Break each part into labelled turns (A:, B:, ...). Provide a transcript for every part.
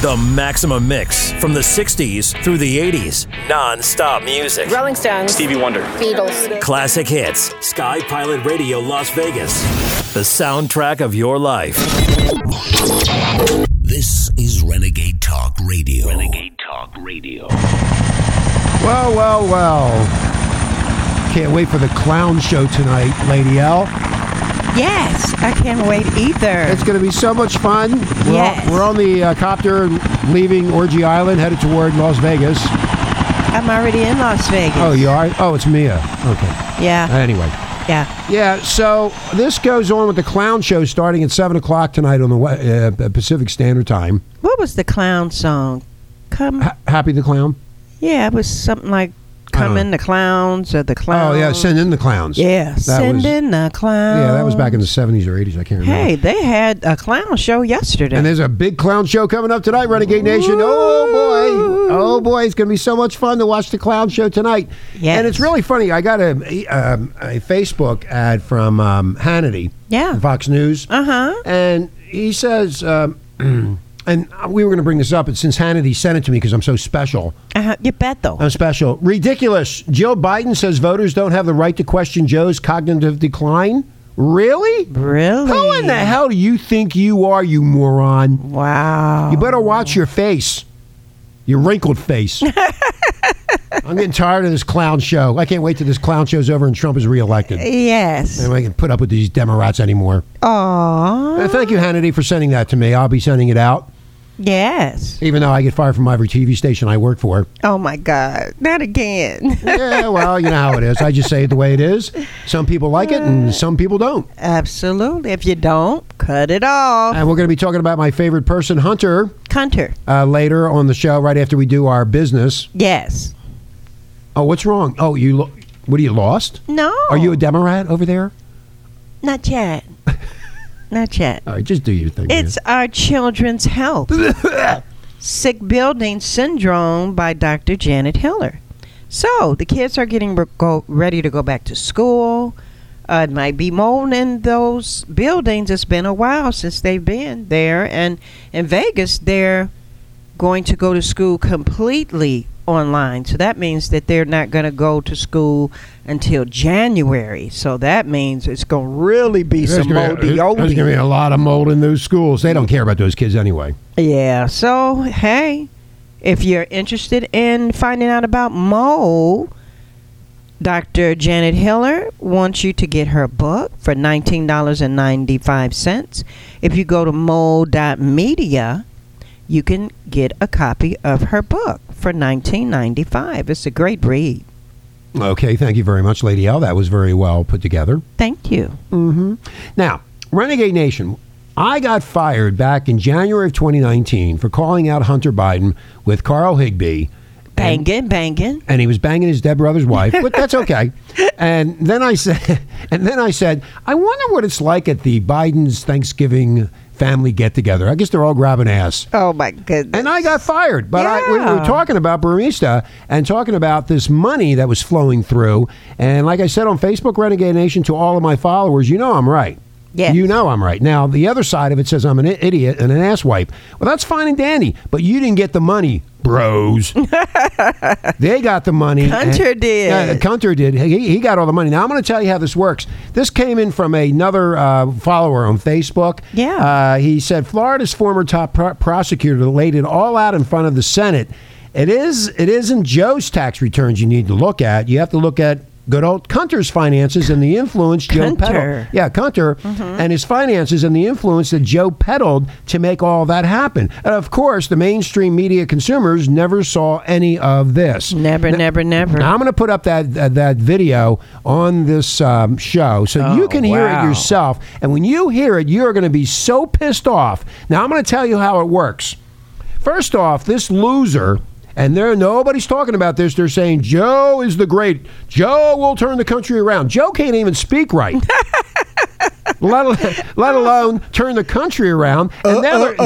A: The maximum mix from the 60s through the 80s. Non stop music.
B: Rolling Stones.
C: Stevie Wonder.
B: Beatles.
A: Classic hits. Sky Pilot Radio Las Vegas. The soundtrack of your life.
D: This is Renegade Talk Radio.
E: Renegade Talk Radio.
F: Well, well, well. Can't wait for the clown show tonight, Lady L.
G: Yes, I can't wait either.
F: It's going to be so much fun. We're,
G: Yes.
F: on, we're on the uh, copter leaving Orgy Island, headed toward Las Vegas.
G: I'm already in Las Vegas.
F: Oh, you are? Oh, it's Mia. Okay.
G: yeah,
F: Anyway.
G: yeah.
F: Yeah, so this goes on with the clown show starting at 7 o'clock tonight on the we- uh, Pacific Standard Time.
G: What was the clown song? Come,
F: Ha Happy the Clown?
G: yeah, it was something like "Come in the clowns" or the
F: Uh-huh. Oh,
G: clowns.
F: yeah, Send in the Clowns.
G: yeah, send
F: was-
G: in the clowns.
F: Yeah, that was back in the 70s or 80s. I can't remember.
G: Hey, they had a clown show yesterday.
F: And there's a big clown show coming up tonight, Renegade Nation. Oh boy, oh boy, it's going to be so much fun to watch the clown show tonight.
G: Yes.
F: and it's really funny. I got a um, a Facebook ad from um, Hannity,
G: Yeah.
F: Fox News,
G: uh huh.
F: and he says, um, and we were going to bring this up, but since Hannity sent it to me because I'm so special,
G: Uh-huh. You bet though.
F: I'm special, ridiculous. Joe Biden says voters don't have the right to question Joe's cognitive decline. Really?
G: really?
F: Who in the hell do you think you are, you moron?
G: Wow.
F: You better watch your face, your wrinkled face. I'm getting tired of this clown show. I can't wait till this clown show's over and Trump is reelected.
G: Yes.
F: And I can put up with these Democrats anymore.
G: Aw.
F: Uh, thank you, Hannity, for sending that to me. I'll be sending it out,
G: Yes.
F: even though I get fired from every TV station I work for.
G: Oh my God. Not again.
F: yeah, well, you know how it is. I just say it the way it is. Some people like it, and some people don't.
G: Absolutely. If you don't, cut it off.
F: And we're going to be talking about my favorite person, Hunter,
G: Hunter.
F: uh, later on the show, right after we do our business.
G: Yes.
F: Oh, what's wrong? Oh, you. Lo- what are you lost?
G: No.
F: Are you a Democrat over there?
G: Not yet. Not yet.
F: All right, just do your thing. man.
G: It's our children's health. Sick building syndrome by Dr. Janet Hiller. So the kids are getting re- go, ready to go back to school. Uh, it might be mold in those buildings. It's been a while since they've been there, and in Vegas they're going to go to school completely online. So that means that they're not going to go to school until January. So that means it's going to really be
F: There's
G: some
F: gonna
G: moldy
F: be- There's going to be a lot of mold in those schools. They don't care about those kids anyway.
G: Yeah. So hey, if you're interested in finding out about mold, Dr. Janet Hiller wants you to get her book for nineteen dollars and ninety five cents. If you go to mold.media, you can get a copy of her book for nineteen ninety five. It's a great read.
F: Okay, thank you very much, Lady L. That was very well put together.
G: Thank you.
F: Now, Renegade Nation, I got fired back in January of 2019 for calling out Hunter Biden with Carl Higbee. and-
G: Bangin', bangin'.
F: and he was banging his dead brother's wife, but that's okay. and then I said, and then I said, I wonder what it's like at the Biden's Thanksgiving family get together. I guess they're all grabbing ass.
G: Oh my goodness.
F: And I got fired, but I, we were
G: Yeah.
F: talking about Barista and talking about this money that was flowing through. And like I said on Facebook, Renegade Nation, to all of my followers, you know I'm right.
G: Yes.
F: You know I'm right. Now, the other side of it says I'm an i- idiot and an asswipe. Well, that's fine and dandy, but you didn't get the money, bros. they got the money.
G: Hunter did.
F: Yeah, Hunter did. He, he got all the money. Now, I'm going to tell you how this works. This came in from another uh, follower on Facebook.
G: Yeah.
F: Uh, he said Florida's former top pro- prosecutor laid it all out in front of the Senate. It is it isn't Joe's tax returns you need to look at. You have to look at good old Hunter's finances and the influence Joe peddled.
G: Hunter.
F: Yeah, Hunter and his finances and the influence that Joe peddled to make all that happen. And of course, the mainstream media consumers never saw any of this.
G: never, never, never.
F: Now I'm going to put up that that, that video on this um, show so you can hear it
G: Oh, wow.
F: yourself. And when you hear it, you're going to be so pissed off. Now I'm going to tell you how it works. First off, this loser. And there, nobody's talking about this. They're saying Joe is the great. Joe will turn the country around. Joe can't even speak right, let, al- let alone turn the country around. And now they're,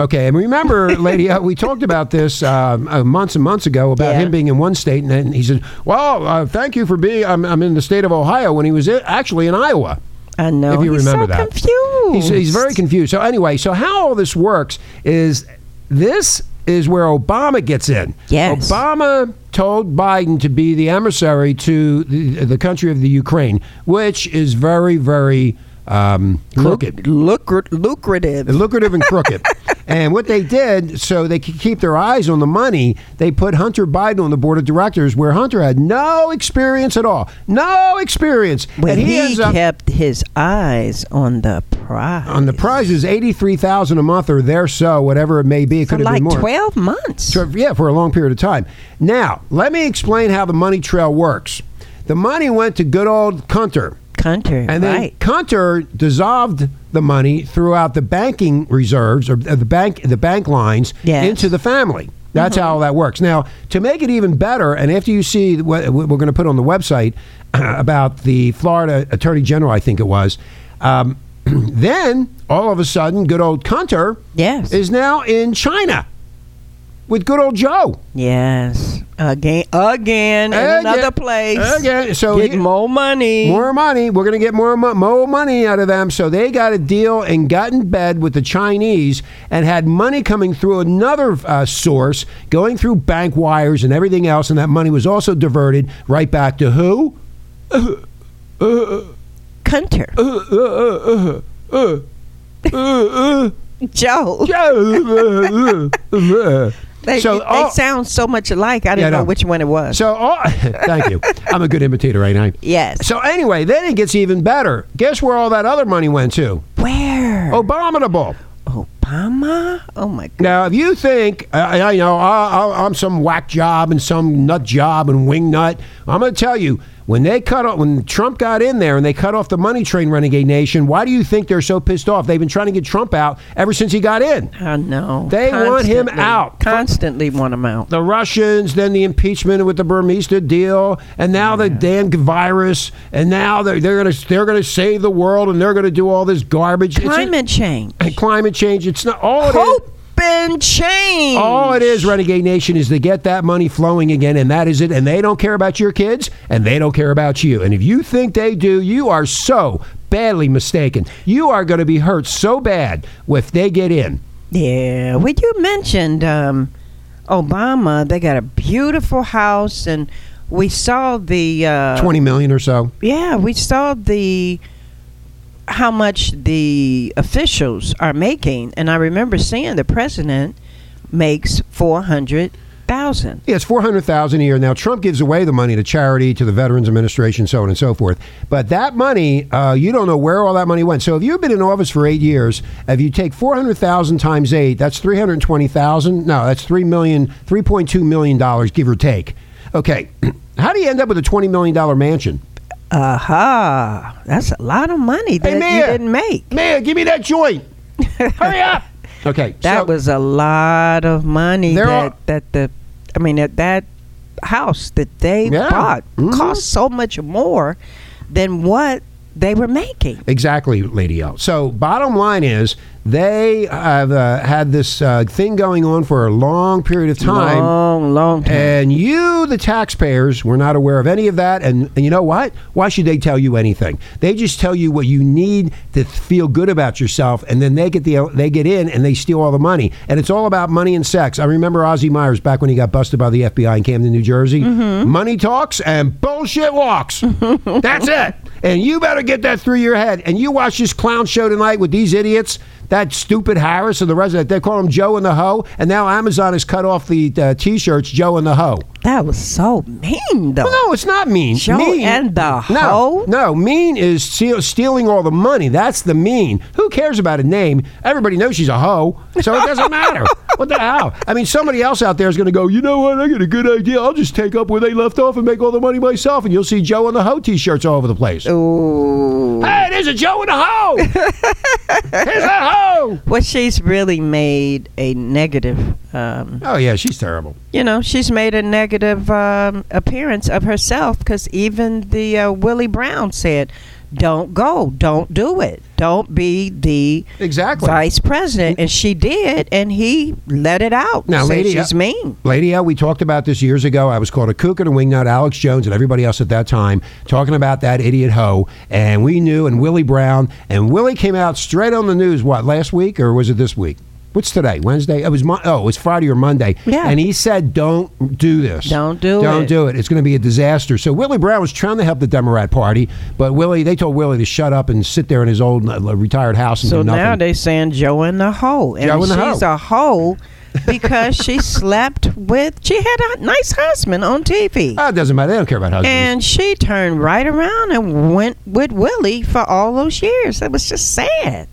F: Okay, and remember, lady, uh, we talked about this um, uh, months and months ago about
G: Yeah.
F: him being in one state, and then he said, "Well, uh, thank you for being. I'm, I'm in the state of Ohio when he was i uh, actually in Iowa."
G: I know.
F: If you
G: he's
F: remember
G: so
F: that.
G: confused.
F: He's, he's very confused. So anyway, so how all this works is this is where Obama gets in.
G: Yes.
F: Obama told Biden to be the emissary to the, the country of the Ukraine, which is very, very um, crooked
G: Lucra- lucrative.
F: lucrative and crooked. and what they did, so they could keep their eyes on the money, they put Hunter Biden on the board of directors, where Hunter had no experience at all, no experience,
G: But
F: and he,
G: he,
F: ends up
G: kept his eyes on the prize.
F: on the prizes eighty three thousand a month or there so, whatever it may be. It
G: for
F: could have
G: like
F: been more.
G: twelve months.
F: So, yeah, for a long period of time. Now, let me explain how the money trail works. The money went to good old Hunter.
G: Country,
F: And then
G: right?
F: Hunter dissolved the money throughout the banking reserves or uh, the bank the bank lines
G: Yes. Mm-hmm.
F: into the family. That's how that works. Now, to make it even better, and after you see what what we're going to put on the website about the Florida Attorney General, I think it was, um, then all of a sudden, good old Hunter
G: Yes.
F: is now in China with good old Joe.
G: Yes, again, again, in another
F: Again.
G: place.
F: Again. So
G: get
F: he-
G: more money.
F: More money. We're going to get more mo- more money out of them. So they got a deal and got in bed with the Chinese and had money coming through another uh, source, going through bank wires and everything else. And that money was also diverted right back to who?
G: Hunter. Joe. They,
F: So
G: they
F: all-
G: sound so much alike. I
F: Yeah, I
G: didn't know
F: know.
G: which one it was.
F: So, all, thank you. I'm a good imitator, ain't I?
G: yes.
F: So anyway, then it gets even better. Guess where all that other money went to?
G: Where?
F: oh. Abominable.
G: Obama? Oh my God.
F: Now, if you think I, I know I, I, I'm some whack job and some nut job and wing nut, I'm going to tell you when they cut off when Trump got in there and they cut off the money train, renegade nation. Why do you think they're so pissed off? They've been trying to get Trump out ever since he got in.
G: I know.
F: They want him
G: Constantly-
F: out.
G: Constantly want him out.
F: The Russians, then the impeachment with the Burmese deal, and now the damn virus, and now they're, they're gonna they're gonna save the world, and they're gonna do all this garbage. It's a-
G: Climate change.
F: and climate change. It's not all. it is-
G: Hope and change.
F: All it is, Renegade Nation, is to get that money flowing again, and that is it. And they don't care about your kids, and they don't care about you. And if you think they do, you are so badly mistaken. You are going to be hurt so bad if they get in.
G: Yeah. Well, you mentioned um, Obama. They got a beautiful house, and we saw the. Uh,
F: 20 million or so.
G: Yeah, we saw the how much the officials are making, and I remember seeing the president makes four hundred thousand.
F: Yeah, it's 400,000 a year. Now Trump gives away the money to charity, to the Veterans Administration, so on and so forth. But that money, uh, you don't know where all that money went. So if you've been in office for 8 years, if you take 400,000 times 8, that's 320,000. No, that's 3 million 3.2 million dollars give or take. Okay. How do you end up with a 20 million dollar mansion?
G: Aha, that's a lot of money that you
F: Mayor.
G: didn't make.
F: Man, give me that joint. Hurry up. Okay.
G: That
F: so-
G: was a lot of money
F: There
G: that
F: are-
G: that the, I mean that that house that they
F: Yeah.
G: bought
F: Mhm.
G: cost so much more than what they were making.
F: Exactly, Lady L. So, bottom line is they have uh, had this uh, thing going on for a long period of time.
G: long, long time.
F: And you, the taxpayers, were not aware of any of that. And, and you know what? Why should they tell you anything? They just tell you what you need to feel good about yourself, and then they get the they get in and they steal all the money. And it's all about money and sex. I remember Ozzie Myers back when he got busted by the FBI in Camden, New Jersey. Money talks and bullshit walks. That's it. And you better get that through your head. And you watch this clown show tonight with these idiots. That stupid Harris and the rest of that. They call him Joe and the Hoe. And now Amazon has cut off the uh, t shirts Joe and the Hoe.
G: that was so mean, though.
F: No, it's not mean.
G: Joe
F: mean.
G: and the hoe?
F: no, No, mean is steal, stealing all the money. That's the mean. Who cares about a name? Everybody knows she's a hoe, so it doesn't matter. What the hell? I mean, somebody else out there is going to go, you know what? I got a good idea. I'll just take up where they left off and make all the money myself, and you'll see Joe and the hoe t shirts all over the place.
G: Ooh.
F: Hey, there's a Joe and a hoe. Here's a hoe.
G: Well, she's really made a negative, um,
F: Oh, yeah, she's terrible.
G: you know, she's made a negative um, appearance of herself because even the uh, Willie Brown said, Don't go. Don't do it. Don't be the
F: Exactly.
G: vice president. And she did, and he let it out.
F: Now,
G: Say
F: lady,
G: she's
F: uh,
G: mean.
F: Lady L, we talked about this years ago. I was called a kook and a wingnut, Alex Jones and everybody else at that time, talking about that idiot hoe. And we knew, and Willie Brown. And Willie came out straight on the news, what, last week or was it this week? What's today? Wednesday? It was Mon- oh, it was Friday or Monday.
G: Yeah.
F: And he said, "Don't do this.
G: Don't do
F: Don't
G: it."
F: do it. It's going to be a disaster." So Willie Brown was trying to help the Democrat Party, but Willie, they told Willie to shut up and sit there in his old uh, retired house and
G: So
F: do nothing.
G: now they saying Joe in the hole, and
F: Joe in the
G: she's
F: hole.
G: a hoe because she slept with. She had a nice husband on TV.
F: oh, it doesn't matter. They don't care about husbands.
G: And she turned right around and went with Willie for all those years. That was just sad.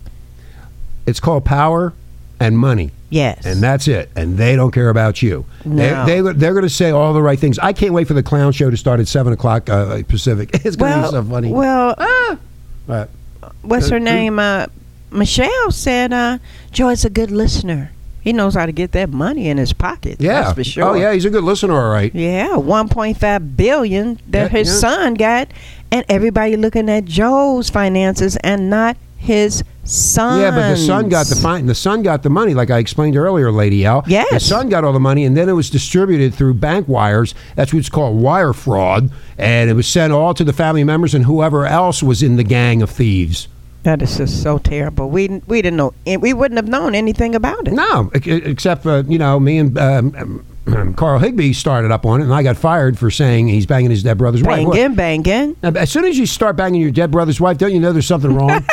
F: it's called power and money.
G: Yes.
F: and that's it. And they don't care about you.
G: No.
F: They, they, they're going to say all the right things. I can't wait for the clown show to start at 7 o'clock uh, Pacific. It's going to
G: well,
F: be so funny.
G: Well, uh,
F: Right.
G: what's
F: Uh,
G: her
F: who?
G: name? Uh, Michelle said, uh, Joy's a good listener. He knows how to get that money in his pocket.
F: yeah.
G: That's for sure.
F: Oh, yeah. He's a good listener, all right.
G: Yeah, 1.5 billion that
F: Yeah,
G: his
F: yeah.
G: son got, and everybody looking at Joe's finances and not his son.
F: Yeah, but the son got the fine. The son got the money, like I explained earlier, Lady L.
G: Yes.
F: the son got all the money, and then it was distributed through bank wires. That's what's called wire fraud, and it was sent all to the family members and whoever else was in the gang of thieves.
G: That is just so terrible. We we didn't know. and We wouldn't have known anything about it.
F: No, e- e- except uh, you know, me and um, um, Carl Higby started up on it, and I got fired for saying he's banging his dead brother's wife.
G: Banging, banging.
F: Look, As soon as you start banging your dead brother's wife, don't you know there's something wrong? That-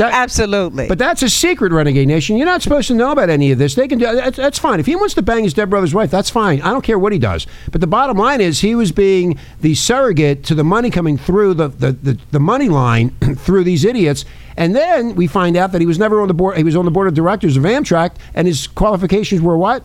G: Absolutely.
F: but that's a secret, Renegade Nation. You're not supposed to know about any of this. They can do that's, that's fine. If he wants to bang his dead brother's wife, that's fine. I don't care what he does. But the bottom line is he was being the surrogate to the money coming through the the, the, the money line through these idiots. And then we find out that he was never on the board. He was on the board of directors of Amtrak, and his qualifications were what?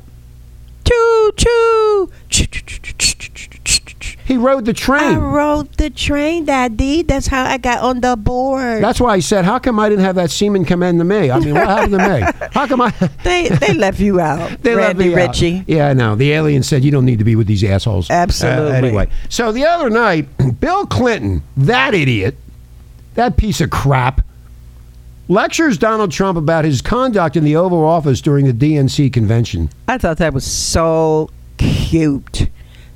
G: choo choo. Choo, choo, choo, choo, choo, choo, choo, choo, choo.
F: He rode the
G: I
F: train.
G: rode the train, Daddy. That's how I got on the board.
F: That's why I said, how come I didn't have that seaman come in to me? I mean, what happened to me? How come I?
G: they they left you out,
F: They let
G: Randy
F: me out.
G: Ritchie.
F: Yeah, no. The alien said you don't need to be with these assholes. Uh,
G: Absolutely.
F: anyway, so the other night, Bill Clinton, that idiot, that piece of crap, lectures Donald Trump about his conduct in the Oval Office during the DNC convention.
G: I thought that was so cute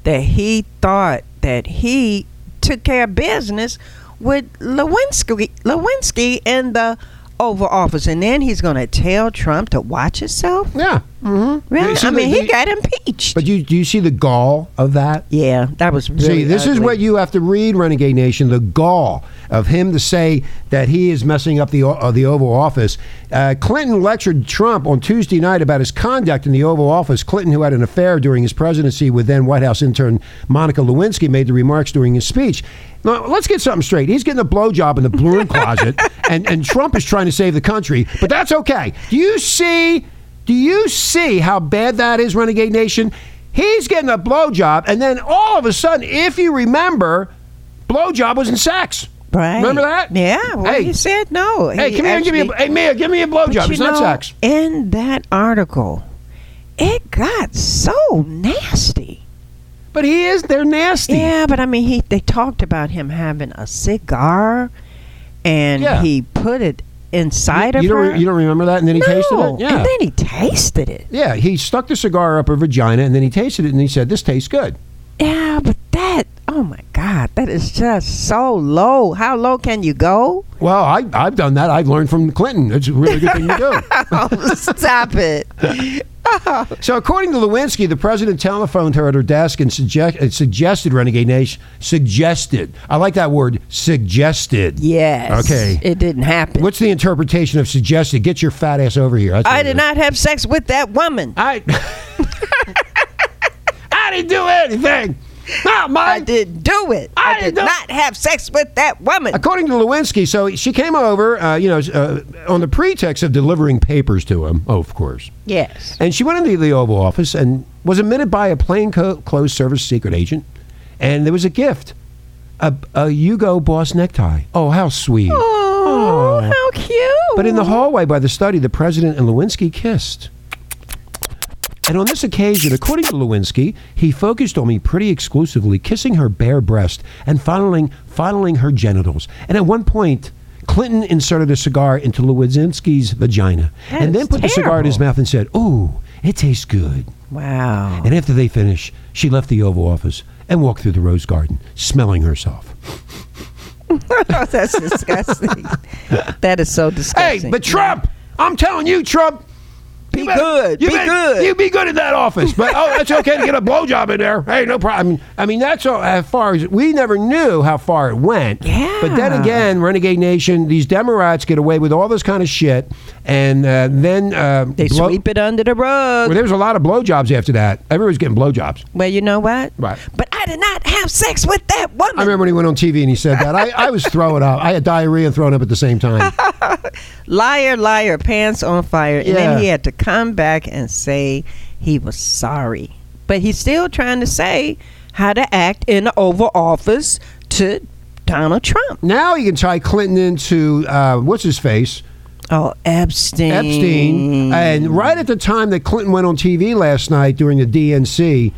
G: that he thought that he took care of business with Lewinsky, Lewinsky in the Oval Office, and then he's going to tell Trump to watch himself.
F: Yeah,
G: Really?
F: You see
G: I mean,
F: the-
G: he
F: the-
G: got impeached.
F: but you do you see the gall of that?
G: yeah, that was really.
F: See, this is
G: ugly.
F: what you have to read, Renegade Nation. The gall of him to say that he is messing up the uh, the Oval Office. Uh, Clinton lectured Trump on Tuesday night about his conduct in the Oval Office. Clinton, who had an affair during his presidency with then White House intern Monica Lewinsky, made the remarks during his speech. Now, let's get something straight. He's getting a blowjob in the broom closet, and, and Trump is trying to save the country, but that's okay. Do you see? Do you see how bad that is, Renegade Nation? He's getting a blowjob, and then all of a sudden, if you remember, blowjob was in sex.
G: Right.
F: Remember that?
G: Yeah. Well,
F: Hey.
G: he said no.
F: Hey,
G: He
F: come here and give me.
G: actually-
F: A, hey, Mia, give me a
G: But
F: blowjob.
G: you
F: It's not
G: know,
F: sex.
G: In that article, it got so nasty.
F: But he is. They're nasty.
G: Yeah, but I mean, he they talked about him having a cigar, and
F: Yeah.
G: he put it inside of
F: you don't.
G: her.
F: re- You don't remember that? And then he tasted
G: no.
F: it. Yeah.
G: and then he tasted it.
F: yeah. He stuck the cigar up her vagina, and then he tasted it, and he said, "This tastes good."
G: Yeah, but that. Oh my God, that is just so low. How low can you go?
F: Well, I, I've done that. I've learned from Clinton. It's a really good thing to do.
G: Oh, stop it.
F: So, according to Lewinsky, the president telephoned her at her desk and suggest, uh, suggested Renegade Nation suggested. I like that word, suggested.
G: Yes.
F: Okay.
G: It didn't happen.
F: What's the interpretation of suggested? Get your fat ass over here. That's what
G: I
F: it
G: did
F: is.
G: not have sex with that woman.
F: I. I didn't do anything. Not
G: I
F: my
G: did do it.
F: I
G: I,
F: did
G: did
F: not-
G: not have sex with that woman.
F: According to Lewinsky, so she came over, uh, you know, uh, on the pretext of delivering papers to him. Oh, of course.
G: Yes.
F: And she went into the Oval Office and was admitted by a plainclothes service secret agent. And there was a gift a, a Hugo Boss necktie. Oh, how sweet.
G: Oh, how cute.
F: But in the hallway by the study, the president and Lewinsky kissed. And on this occasion, according to Lewinsky, he focused on me pretty exclusively, kissing her bare breast and fondling, fondling her genitals. And at one point, Clinton inserted a cigar into Lewinsky's vagina
G: That
F: and then
G: is
F: put the cigar in his
G: terrible.
F: mouth and said, Ooh, it tastes good.
G: Wow.
F: And after they finished, she left the Oval Office and walked through the Rose Garden, smelling herself.
G: Oh, That's disgusting. that is so
F: Hey,
G: disgusting.
F: but Trump, I'm telling you, Trump.
G: Be good,
F: You
G: be
F: better-
G: good.
F: You be good in that office. But oh, it's okay to get a blowjob in there. Hey, no problem. I mean, I mean that's all, as far as we never knew how far it went.
G: Yeah.
F: But then again, Renegade Nation, these Democrats get away with all this kind of shit, and uh, then uh,
G: They sweep it under the rug.
F: Well, there was a lot of blowjobs after that. Everybody's getting blowjobs.
G: Well, you know what?
F: Right.
G: But I did not have sex with that woman.
F: I remember when he went on TV and he said that. I, I was throwing up. I had diarrhea and throwing up at the same time.
G: liar, liar, pants on fire. And
F: Yeah.
G: then he had to come back and say he was sorry. But he's still trying to say how to act in the Oval Office to Donald Trump.
F: Now you can tie Clinton into uh, what's his face?
G: Oh, Epstein.
F: Epstein. And right at the time that Clinton went on TV last night during the DNC,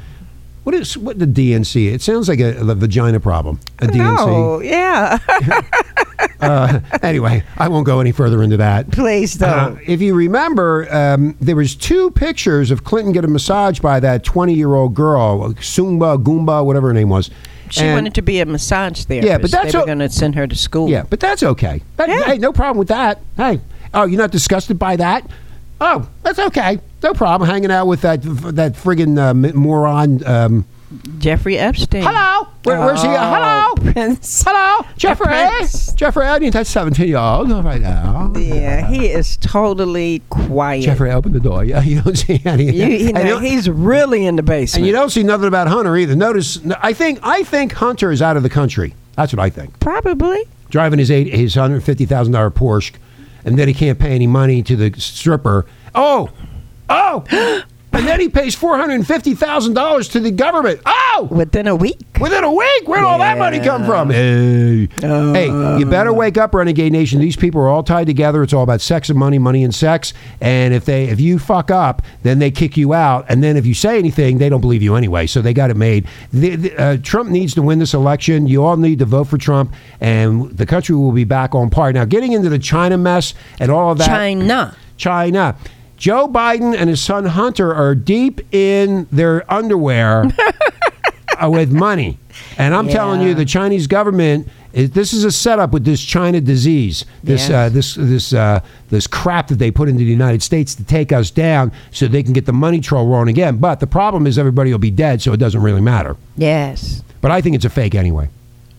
F: what is what the DNC? It sounds like a, a vagina problem. A DNC.
G: No, yeah.
F: Anyway, I won't go any further into that.
G: Please
F: Uh,
G: don't.
F: if you remember, um, there was two pictures of Clinton getting massage by that 20-year-old girl, Sumba Goomba, whatever her name was.
G: she
F: And-
G: wanted to be a massage therapist.
F: that's
G: they were
F: o-
G: going to send her to school.
F: Yeah, but that's okay. That-
G: Yeah.
F: Hey, no problem with that. Hey, oh, you're not disgusted by that? Oh, that's okay. No problem hanging out with that that friggin' uh, m- moron. Um,
G: Jeffrey Epstein.
F: hello, Where, where's he?
G: Oh,
F: Hello,
G: Prince.
F: hello, Jeffrey.
G: Prince.
F: Jeffrey, I need that seventeen-year-old right now.
G: Yeah, he is totally quiet.
F: Jeffrey, open the door. Yeah, you don't see any.
G: You, you
F: and,
G: know,
F: you,
G: he's really in the basement.
F: and you don't see nothing about Hunter either. Notice, I think I think Hunter is out of the country. That's what I think.
G: Probably.
F: driving his eight, his hundred fifty thousand dollar Porsche, and then he can't pay any money to the stripper. Oh, oh, and then he pays four hundred fifty thousand dollars to the government. Oh,
G: Within a week.
F: within a week, where'd all that money come from? Uh. Hey, hey, you better wake up, Renegade Nation. These people are all tied together. It's all about sex and money, money and sex. And if they, if you fuck up, then they kick you out. And then if you say anything, they don't believe you anyway. So they got it made. The, the, uh, Trump needs to win this election. You all need to vote for Trump, and the country will be back on par. Now, getting into the China mess and all of that.
G: China.
F: China. Joe Biden and his son Hunter are deep in their underwear uh, with money. And I'm telling you,
G: Yeah.
F: the Chinese government is, this is a setup with this China disease, this
G: Yes.
F: uh, this this uh, this crap that they put into the United States to take us down, so they can get the money troll rolling again. But the problem is everybody will be dead, so it doesn't really matter.
G: Yes.
F: But I think it's a fake anyway.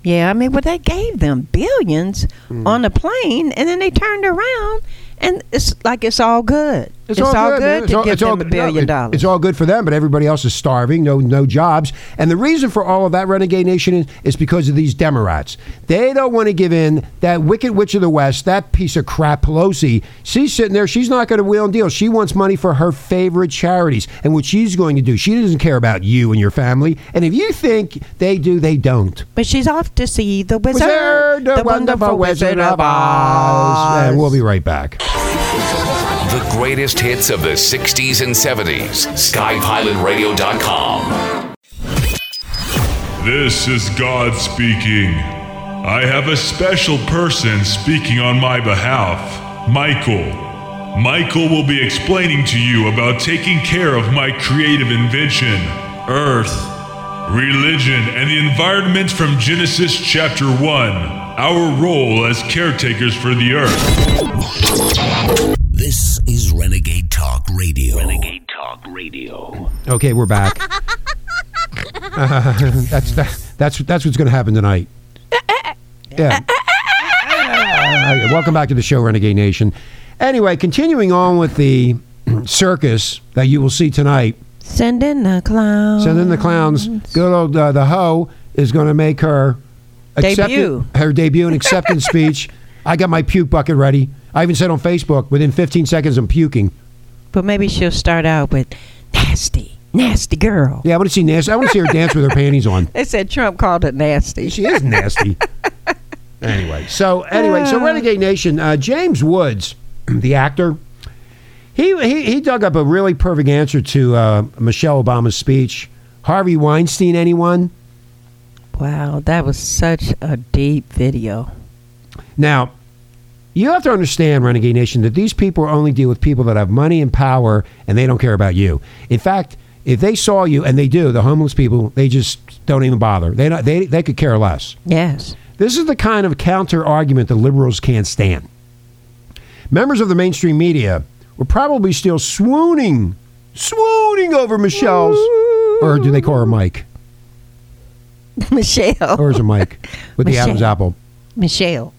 G: Yeah, I mean, well, they gave them billions
F: Hmm.
G: on a plane, and then they turned around, and it's like it's all good. It's, all good,
F: man. It's
G: to
F: all-
G: give
F: it's all
G: them a
F: good. No,
G: billion
F: it-
G: dollars.
F: It's all good for them, but everybody else is starving. No, no jobs. And the reason for all of that, Renegade Nation, is, is because of these Democrats. They don't want to give in. That wicked witch of the West, that piece of crap, Pelosi. She's sitting there. She's not going to wheel and deal. She wants money for her favorite charities. And what she's going to do, she doesn't care about you and your family. And if you think they do, they don't.
G: but she's off to see the wizard,
F: Wizard, the wonderful Wizard of Oz. And we'll be right back.
B: The greatest hits of the 60s and 70s. SkyPilotRadio.com.
C: This is God speaking. I have a special person speaking on my behalf, Michael. Michael will be explaining to you about taking care of my creative invention, Earth, religion, and the environment from Genesis chapter 1, our role as caretakers for the Earth.
D: This is Renegade Talk Radio. Renegade Talk Radio.
F: Okay, we're back. Uh, that's that, that's that's what's going to happen tonight. Yeah. Uh, welcome back to the show, Renegade Nation. Anyway, continuing on with the circus that you will see tonight.
G: Send in the clown.
F: So then the clowns, good old uh, the hoe is going to make her accept-
G: Debut.
F: her debut and acceptance speech. I got my puke bucket ready. I even said on Facebook, within 15 seconds, I'm puking.
G: But maybe she'll start out with nasty, nasty girl.
F: Yeah, I want to see Nancy. I want to see her dance with her panties on.
G: They said Trump called it nasty.
F: She is nasty. anyway, so anyway, so Renegade Nation, uh, James Woods, the actor, He, he, he dug up a really perfect answer to uh, Michelle Obama's speech. Harvey Weinstein, anyone?
G: Wow, that was such a deep video.
F: Now, you have to understand, Renegade Nation, that these people only deal with people that have money and power and they don't care about you. In fact, if they saw you, and they do, the homeless people, they just don't even bother. They, not, they, they could care less.
G: Yes.
F: This is the kind of counter argument the liberals can't stand. Members of the mainstream media were probably still swooning, swooning over Michelle's, or do they call her Mike?
G: Michelle.
F: Or is it Mike with the Adam's
G: Michelle.
F: apple?
G: Michelle.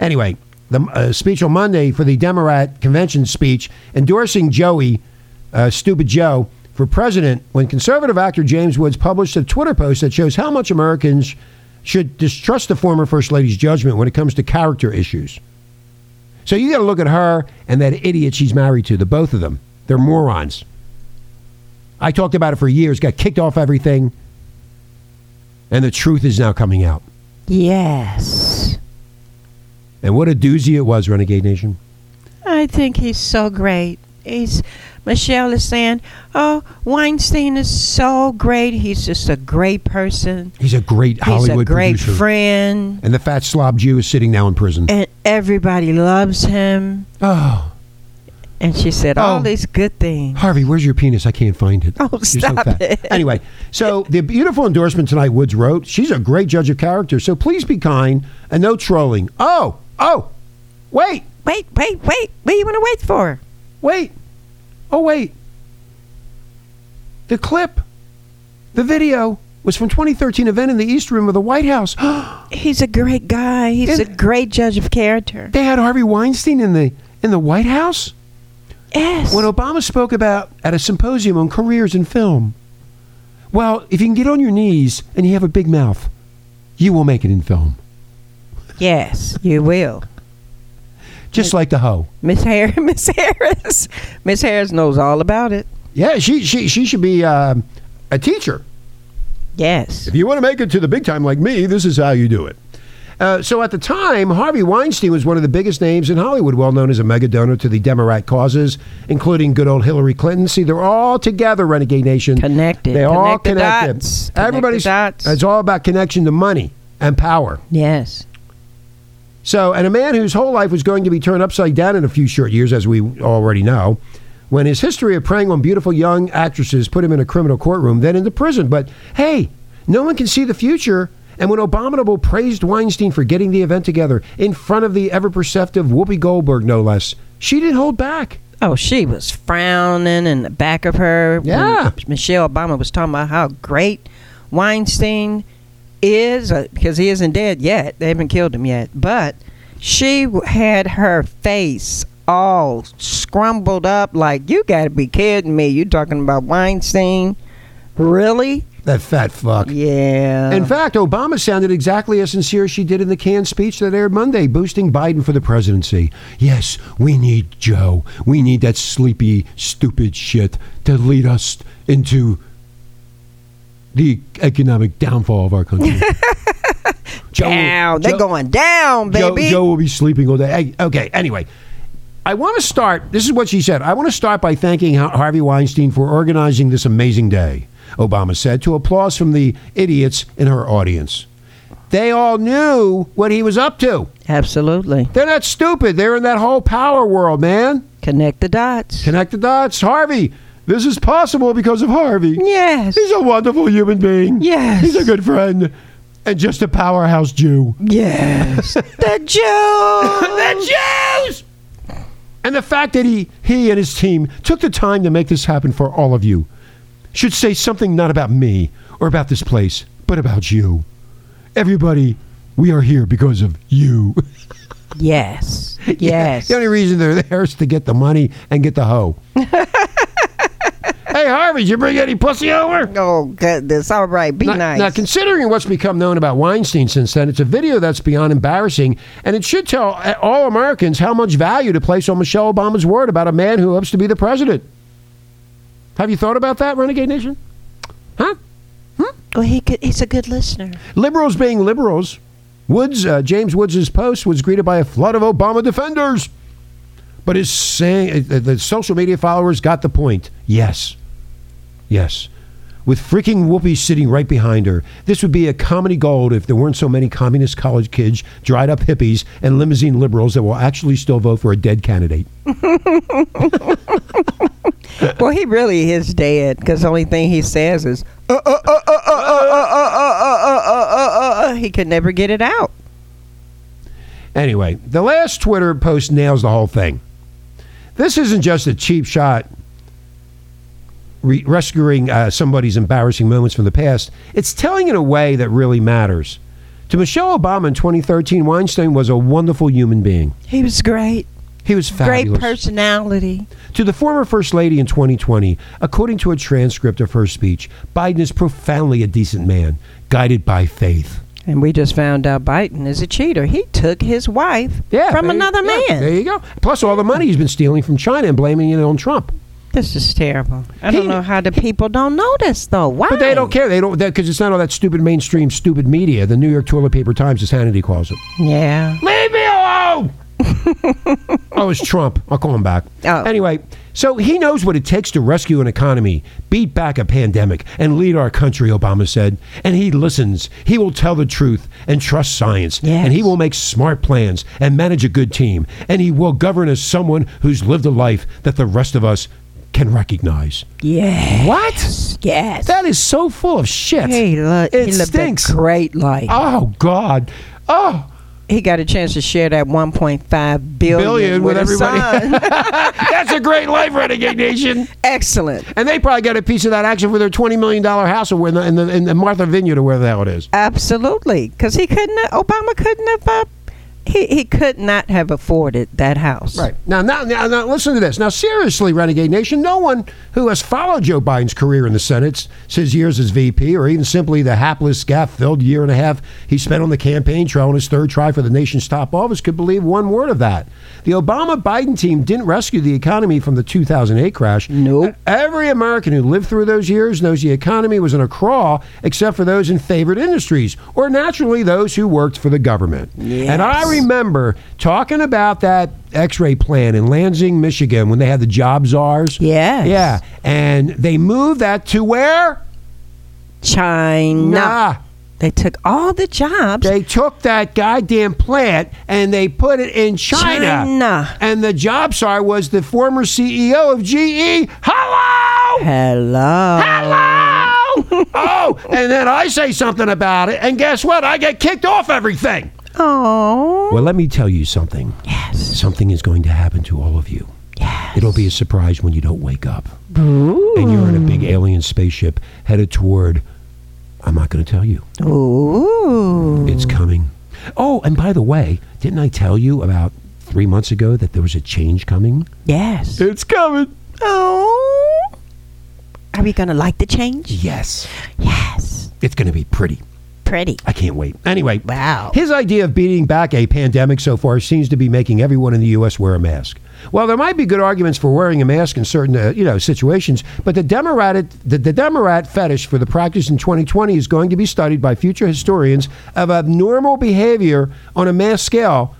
F: Anyway, the uh, speech on Monday for the Democrat convention speech endorsing Joey, uh, stupid Joe, for president when conservative actor James Woods published a Twitter post that shows how much Americans should distrust the former First Lady's judgment when it comes to character issues. So you got to look at her and that idiot she's married to, the both of them. They're morons. I talked about it for years, got kicked off everything, and the truth is now coming out.
G: Yes.
F: And what a doozy it was, Renegade Nation.
G: I think he's so great. He's Michelle is saying, "Oh, Weinstein is so great. He's just a great person.
F: He's a great Hollywood
G: he's a great
F: producer.
G: friend,
F: And the fat slob Jew is sitting now in prison.
G: and everybody loves him."
F: Oh,
G: And she said
F: Oh.
G: all these good things.
F: Harvey, where's your penis? I can't find it.
G: Oh,
F: You're
G: stop
F: so fat.
G: it.
F: Anyway, so the beautiful endorsement tonight Woods wrote, she's a great judge of character, so please be kind and no trolling. Oh, oh, wait,
G: Wait, wait, wait. What do you want to wait for?
F: wait. Oh, wait. The clip, the video was from 2013 event in the East Room of the White House.
G: He's a great guy. He's
F: And-
G: a great judge of character.
F: they had Harvey Weinstein in the in the White House?
G: Yes.
F: When Obama spoke about at a symposium on careers in film, well, if you can get on your knees and you have a big mouth, you will make it in film.
G: yes, you will.
F: Just like the hoe.
G: Miss Harris, Miss Harris, Miss Harris knows all about it.
F: Yeah, she she she should be um a teacher.
G: Yes.
F: If you want to make it to the big time like me, this is how you do it. Uh, so at the time, Harvey Weinstein was one of the biggest names in Hollywood, well known as a mega donor to the Democrat causes, including good old Hillary Clinton. See, they're all together, Renegade Nation.
G: Connected.
F: They're all
G: Connect the
F: connected.
G: dots. Connect the
F: Everybody's.
G: dots.
F: It's all about connection to money and power.
G: Yes.
F: So, and a man whose whole life was going to be turned upside down in a few short years, as we already know, when his history of preying on beautiful young actresses put him in a criminal courtroom, then into prison. But hey, no one can see the future. And when Abominable praised Weinstein for getting the event together in front of the ever perceptive Whoopi Goldberg, no less, she didn't hold back.
G: Oh, she was frowning in the back of her. when
F: Yeah.
G: Michelle Obama was talking about how great Weinstein is uh, because he isn't dead yet. They haven't killed him yet. But she w- had her face all scrumbled up like, you got to be kidding me. You talking about Weinstein? Really?
F: That fat fuck.
G: Yeah.
F: In fact, Obama sounded exactly as sincere as she did in the canned speech that aired Monday, boosting Biden for the presidency. Yes, we need Joe. We need that sleepy, stupid shit to lead us into the economic downfall of our country. Joe,
G: down. They're
F: Joe-
G: going down,
F: Joe,
G: baby.
F: Joe will be sleeping all day. Hey, okay, anyway. I want to start. This is what she said. I want to start by thanking Ha- Harvey Weinstein for organizing this amazing day, Obama said, to applause from the idiots in her audience. They all knew what he was up to.
G: Absolutely.
F: They're not stupid. They're in that whole power world, man.
G: Connect the dots.
F: Connect the dots. Harvey, this is possible because of Harvey.
G: yes.
F: He's a wonderful human being.
G: Yes.
F: He's a good friend and just a powerhouse Jew.
G: Yes. the Jew.
F: the Jews. And the fact that he he and his team took the time to make this happen for all of you should say something not about me or about this place, but about you. Everybody, we are here because of you.
G: yes. Yes.
F: the only reason they're there is to get the money and get the hoe. hey Harvey, did you bring any pussy over?
G: Oh goodness! All right, be
F: Now-
G: nice.
F: Now, considering what's become known about Weinstein since then, it's a video that's beyond embarrassing, and it should tell uh, all Americans how much value to place on Michelle Obama's word about a man who hopes to be the president. Have you thought about that, Renegade Nation? Huh?
G: well, he could, he's a good listener.
F: Liberals being liberals, Woods, uh, James Woods' post was greeted by a flood of Obama defenders. But his saying, uh, the social media followers got the point. Yes. Yes. With freaking Whoopi sitting right behind her, this would be a comedy gold if there weren't so many communist college kids, dried up hippies, and limousine liberals that will actually still vote for a dead candidate.
G: Well, he really is dead because the only thing he says is, uh, uh, uh, uh, uh, uh, uh, uh, uh, uh, uh, uh, he could never get it out.
F: Anyway, the last Twitter post nails the whole thing. This isn't just a cheap shot re- rescuing uh, somebody's embarrassing moments from the past. It's telling it a way that really matters. To Michelle Obama in 2013, Weinstein was a wonderful human being.
G: He was great.
F: He was fabulous.
G: Great personality.
F: To the former First Lady in 2020, according to a transcript of her speech, Biden is profoundly a decent man, guided by faith.
G: And we just found out Biden is a cheater. He took his wife from
F: there-
G: another
F: yeah,
G: man.
F: There you go. Plus all the money he's been stealing from China and blaming it on Trump.
G: This is terrible. I
F: He-
G: don't know how the people don't know this though. Why?
F: But they don't care. They don't because it's not all that stupid mainstream stupid media. The New York Toilet Paper Times, as Hannity calls it.
G: Yeah.
F: Leave me alone. oh, it's Trump. I'll call him back.
G: Oh.
F: Anyway, so he knows what it takes to rescue an economy, beat back a pandemic, and lead our country. Obama said, and he listens. He will tell the truth and trust science,
G: Yes.
F: and he will make smart plans and manage a good team, and he will govern as someone who's lived a life that the rest of us can recognize.
G: Yeah.
F: What?
G: Yes.
F: That is so full of shit.
G: He, lo-
F: it
G: he lived
F: stinks.
G: a great life.
F: Oh God. Oh,
G: He got a chance to share that 1.5 billion,
F: Billion with
G: with, his son.
F: everybody. that's a great life, Renegade Nation.
G: Excellent.
F: And they probably got a piece of that action for their twenty million dollar house or in the, in the in the Martha Vineyard or wherever the hell it is.
G: Absolutely, because he couldn't. Obama couldn't have. Uh, he he could not have afforded that house.
F: Right now, now, now, now, listen to this. Now, seriously, Renegade Nation, no one who has followed Joe Biden's career in the Senate since years as VP, or even simply the hapless, scaff-filled year and a half he spent on the campaign trail on his third try for the nation's top office, could believe one word of that. The Obama-Biden team didn't rescue the economy from the 2008 crash.
G: Nope.
F: Every American who lived through those years knows the economy was in a crawl, except for those in favored industries, or naturally those who worked for the government. And I remember talking about that X-ray plan in Lansing, Michigan, when they had the job czars.
G: Yes.
F: Yeah, and they moved that to where?
G: China.
F: Nah.
G: They took all the jobs.
F: They took that goddamn plant and they put it in China.
G: China.
F: And the job czar was the former CEO of GE. Hello.
G: Hello.
F: Hello! oh, and then I say something about it, and guess what? I get kicked off everything.
G: Oh.
F: Well, let me tell you something. Yes. Something is going to happen to all of you. Yes. It'll be a surprise when you don't wake up. And you're in a big alien spaceship headed toward. I'm not going to tell you.
G: Ooh.
F: It's coming. Oh, and by the way, didn't I tell you about three months ago that there was a change coming?
G: Yes.
F: It's coming.
G: Oh. Are we gonna like the change?
F: Yes.
G: Yes.
F: It's going to be pretty.
G: Pretty.
F: I can't wait. Anyway,
G: Wow.
F: His idea of beating back a pandemic so far seems to be making everyone in the U.S. wear a mask. While there might be good arguments for wearing a mask in certain, uh, you know, situations, but the Democrat, the, the Democrat fetish for the practice in 2020 is going to be studied by future historians of abnormal behavior on a mass scale,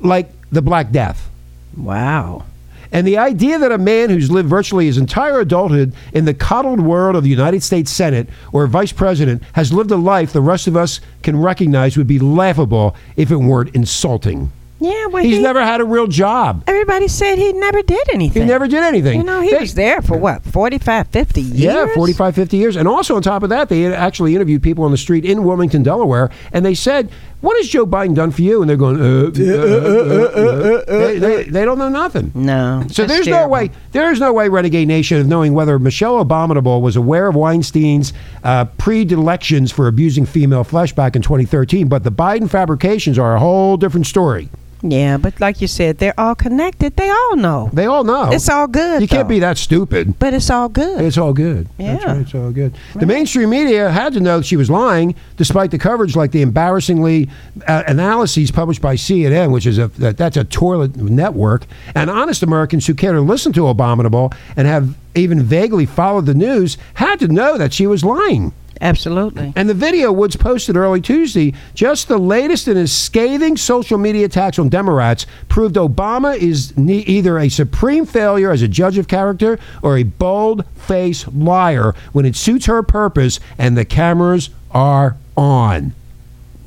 F: like the Black Death.
G: Wow.
F: And the idea that a man who's lived virtually his entire adulthood in the coddled world of the United States Senate or vice president has lived a life the rest of us can recognize would be laughable if it weren't insulting.
G: Yeah. Well,
F: He's
G: he,
F: never had a real job.
G: Everybody said he never did
F: He
G: anything.
F: never did anything.
G: You know, he
F: They-
G: was there for what, 45, 50 years?
F: Yeah, 45, 50 years. And also, on top of that, they had actually interviewed people on the street in Wilmington, Delaware, and they said, What has Joe Biden done for you? And they're going, uh, uh, uh, uh, uh. They, they, they don't know nothing.
G: No.
F: So
G: that's
F: there's no
G: terrible.
F: way there is no way Renegade Nation of knowing whether Michelle Abominable was aware of Weinstein's uh, predilections for abusing female flesh back in 2013, but the Biden fabrications are a whole different story.
G: Yeah, but like you said, they're all connected. They all know.
F: They all know
G: It's all good.
F: You can't
G: though.
F: be that stupid.
G: But it's all good.
F: It's all good. That's
G: Yeah.
F: right, it's all good. The mainstream media had to know that she was lying, despite the coverage like the embarrassingly uh, analyses published by CNN, which is a that, that's a toilet network, and honest Americans who care to listen to Abominable and have even vaguely followed the news had to know that she was lying.
G: Absolutely.
F: And the video Woods posted early Tuesday, just the latest in his scathing social media attacks on Democrats, proved Obama is ne- either a supreme failure as a judge of character or a bold faced liar when it suits her purpose and the cameras are on.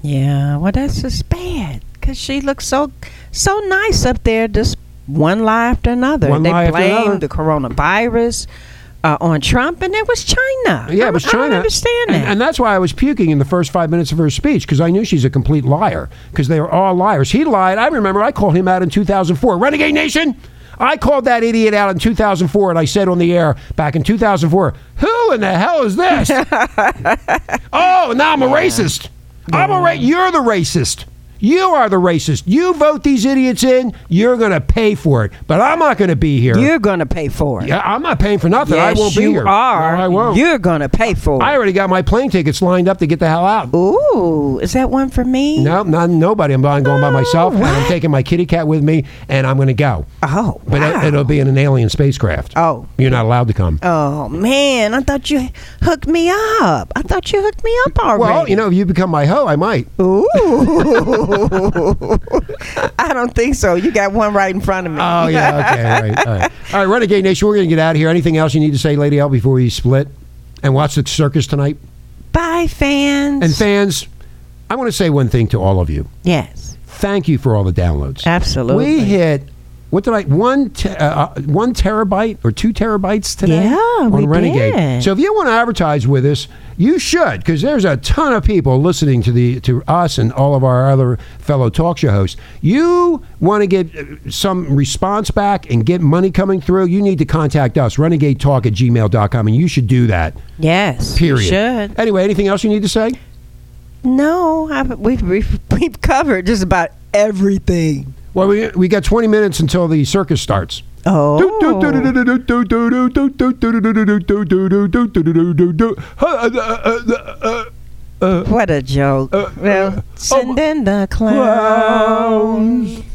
G: Yeah, well, that's just bad because she looks so so nice up there, just one lie after another.
F: One
G: they
F: lie after
G: blamed
F: another.
G: the coronavirus uh, on Trump, and it was China. I,
F: Yeah, it was
G: I
F: China.
G: don't understand
F: And,
G: that.
F: and that's why I was puking in the first five minutes of her speech because I knew she's a complete liar because they were all liars. He lied. I remember I called him out in 2004. Renegade Nation! I called that idiot out in 2004 and I said on the air back in 2004, who in the hell is this? oh, now I'm a racist. I'm a ra- You're the racist. You are the racist. You vote these idiots in, you're going to pay for it. But I'm not going to be here.
G: You're gonna pay for it.
F: yeah, I'm not paying for nothing.
G: Yes,
F: I won't be
G: you
F: here.
G: are.
F: No, I won't.
G: You're gonna pay for
F: I
G: it.
F: already got my plane tickets lined up to get the hell out.
G: Ooh, is that one for me?
F: No, not nobody. I'm going going by myself, and I'm
G: what?
F: taking my kitty cat with me, and I'm going to go.
G: Oh,
F: But
G: wow.
F: it, it'll be in an alien spacecraft.
G: Oh.
F: you're not allowed to come.
G: Oh man, I thought you hooked me up. I thought you hooked me up already.
F: well, you know, if you become my hoe, I might.
G: Ooh. I don't think so. You got one right in front of me.
F: Oh yeah, okay, all right, all right, all right. Renegade Nation, we're going to get out of here. Anything else you need to say, Lady L, before we split and watch the circus tonight?
G: Bye, fans.
F: And fans, I want to say one thing to all of you.
G: yes,
F: Thank you for all the downloads.
G: absolutely.
F: We hit what did I one te- uh, uh, one terabyte or two terabytes today?
G: Yeah,
F: on
G: we
F: Renegade.
G: did.
F: So if you want to advertise with us, you should because there's a ton of people listening to the to us and all of our other fellow talk show hosts. You want to get uh, some response back and get money coming through? You need to contact us, Renegade Talk at gmail.com, and you should do that.
G: yes. you
F: Period.
G: Should.
F: Anyway, anything else you need to say?
G: No, I, we've, we've we've covered just about everything.
F: Well, we we got 20 minutes until the circus starts.
G: Oh.
F: Clowns.
G: Oh,
F: uh, Uh, oh.
G: What a joke. well, send in the clowns.